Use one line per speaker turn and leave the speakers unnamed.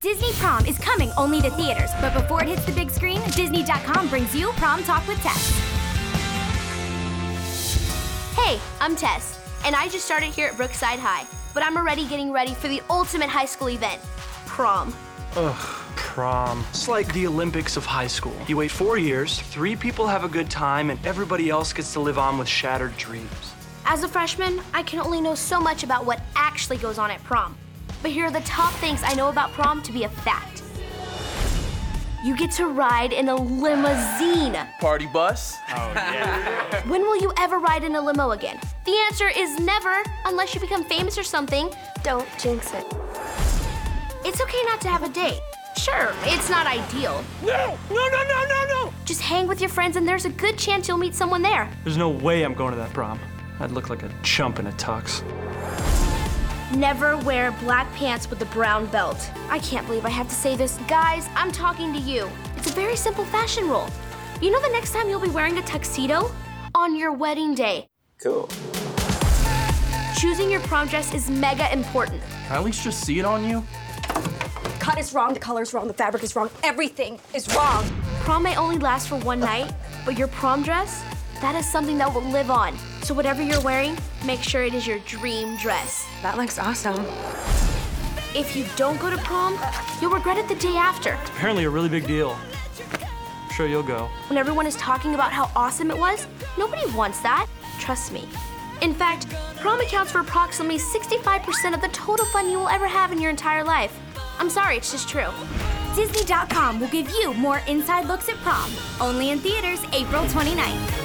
Disney Prom is coming only to theaters, but before it hits the big screen, Disney.com brings you Prom Talk with Tess.
Hey, I'm Tess, and I just started here at Brookside High, but I'm already getting ready for the ultimate high school event prom.
Prom. It's like the Olympics of high school. You wait four years, three people have a good time, and everybody else gets to live on with shattered dreams.
As a freshman, I can only know so much about what actually goes on at prom. But here are the top things I know about prom to be a fact. You get to ride in a limousine.
Party bus?
When will you ever ride in a limo again? The answer is never, unless you become famous or something. Don't jinx it. It's okay not to have a date. Sure, it's not ideal.
No! No, no, no, no, no!
Just hang with your friends, and there's a good chance you'll meet someone there.
There's no way I'm going to that prom. I'd look like a chump in a tux.
Never wear black pants with a brown belt. I can't believe I have to say this. Guys, I'm talking to you. It's a very simple fashion rule. You know the next time you'll be wearing a tuxedo? On your wedding day.
Cool.
Choosing your prom dress is mega important.
Can I at least just see it on you?
cut is wrong, the color's wrong, the fabric is wrong, everything is wrong.
Prom may only last for one night, but your prom dress, that is something that will live on. So whatever you're wearing, make sure it is your dream dress.
That looks awesome.
If you don't go to prom, you'll regret it the day after.
Apparently, a really big deal. I'm sure you'll go.
When everyone is talking about how awesome it was, nobody wants that. Trust me. In fact, prom accounts for approximately 65% of the total fun you will ever have in your entire life. I'm sorry, it's just true.
Disney.com will give you more inside looks at prom, only in theaters April 29th.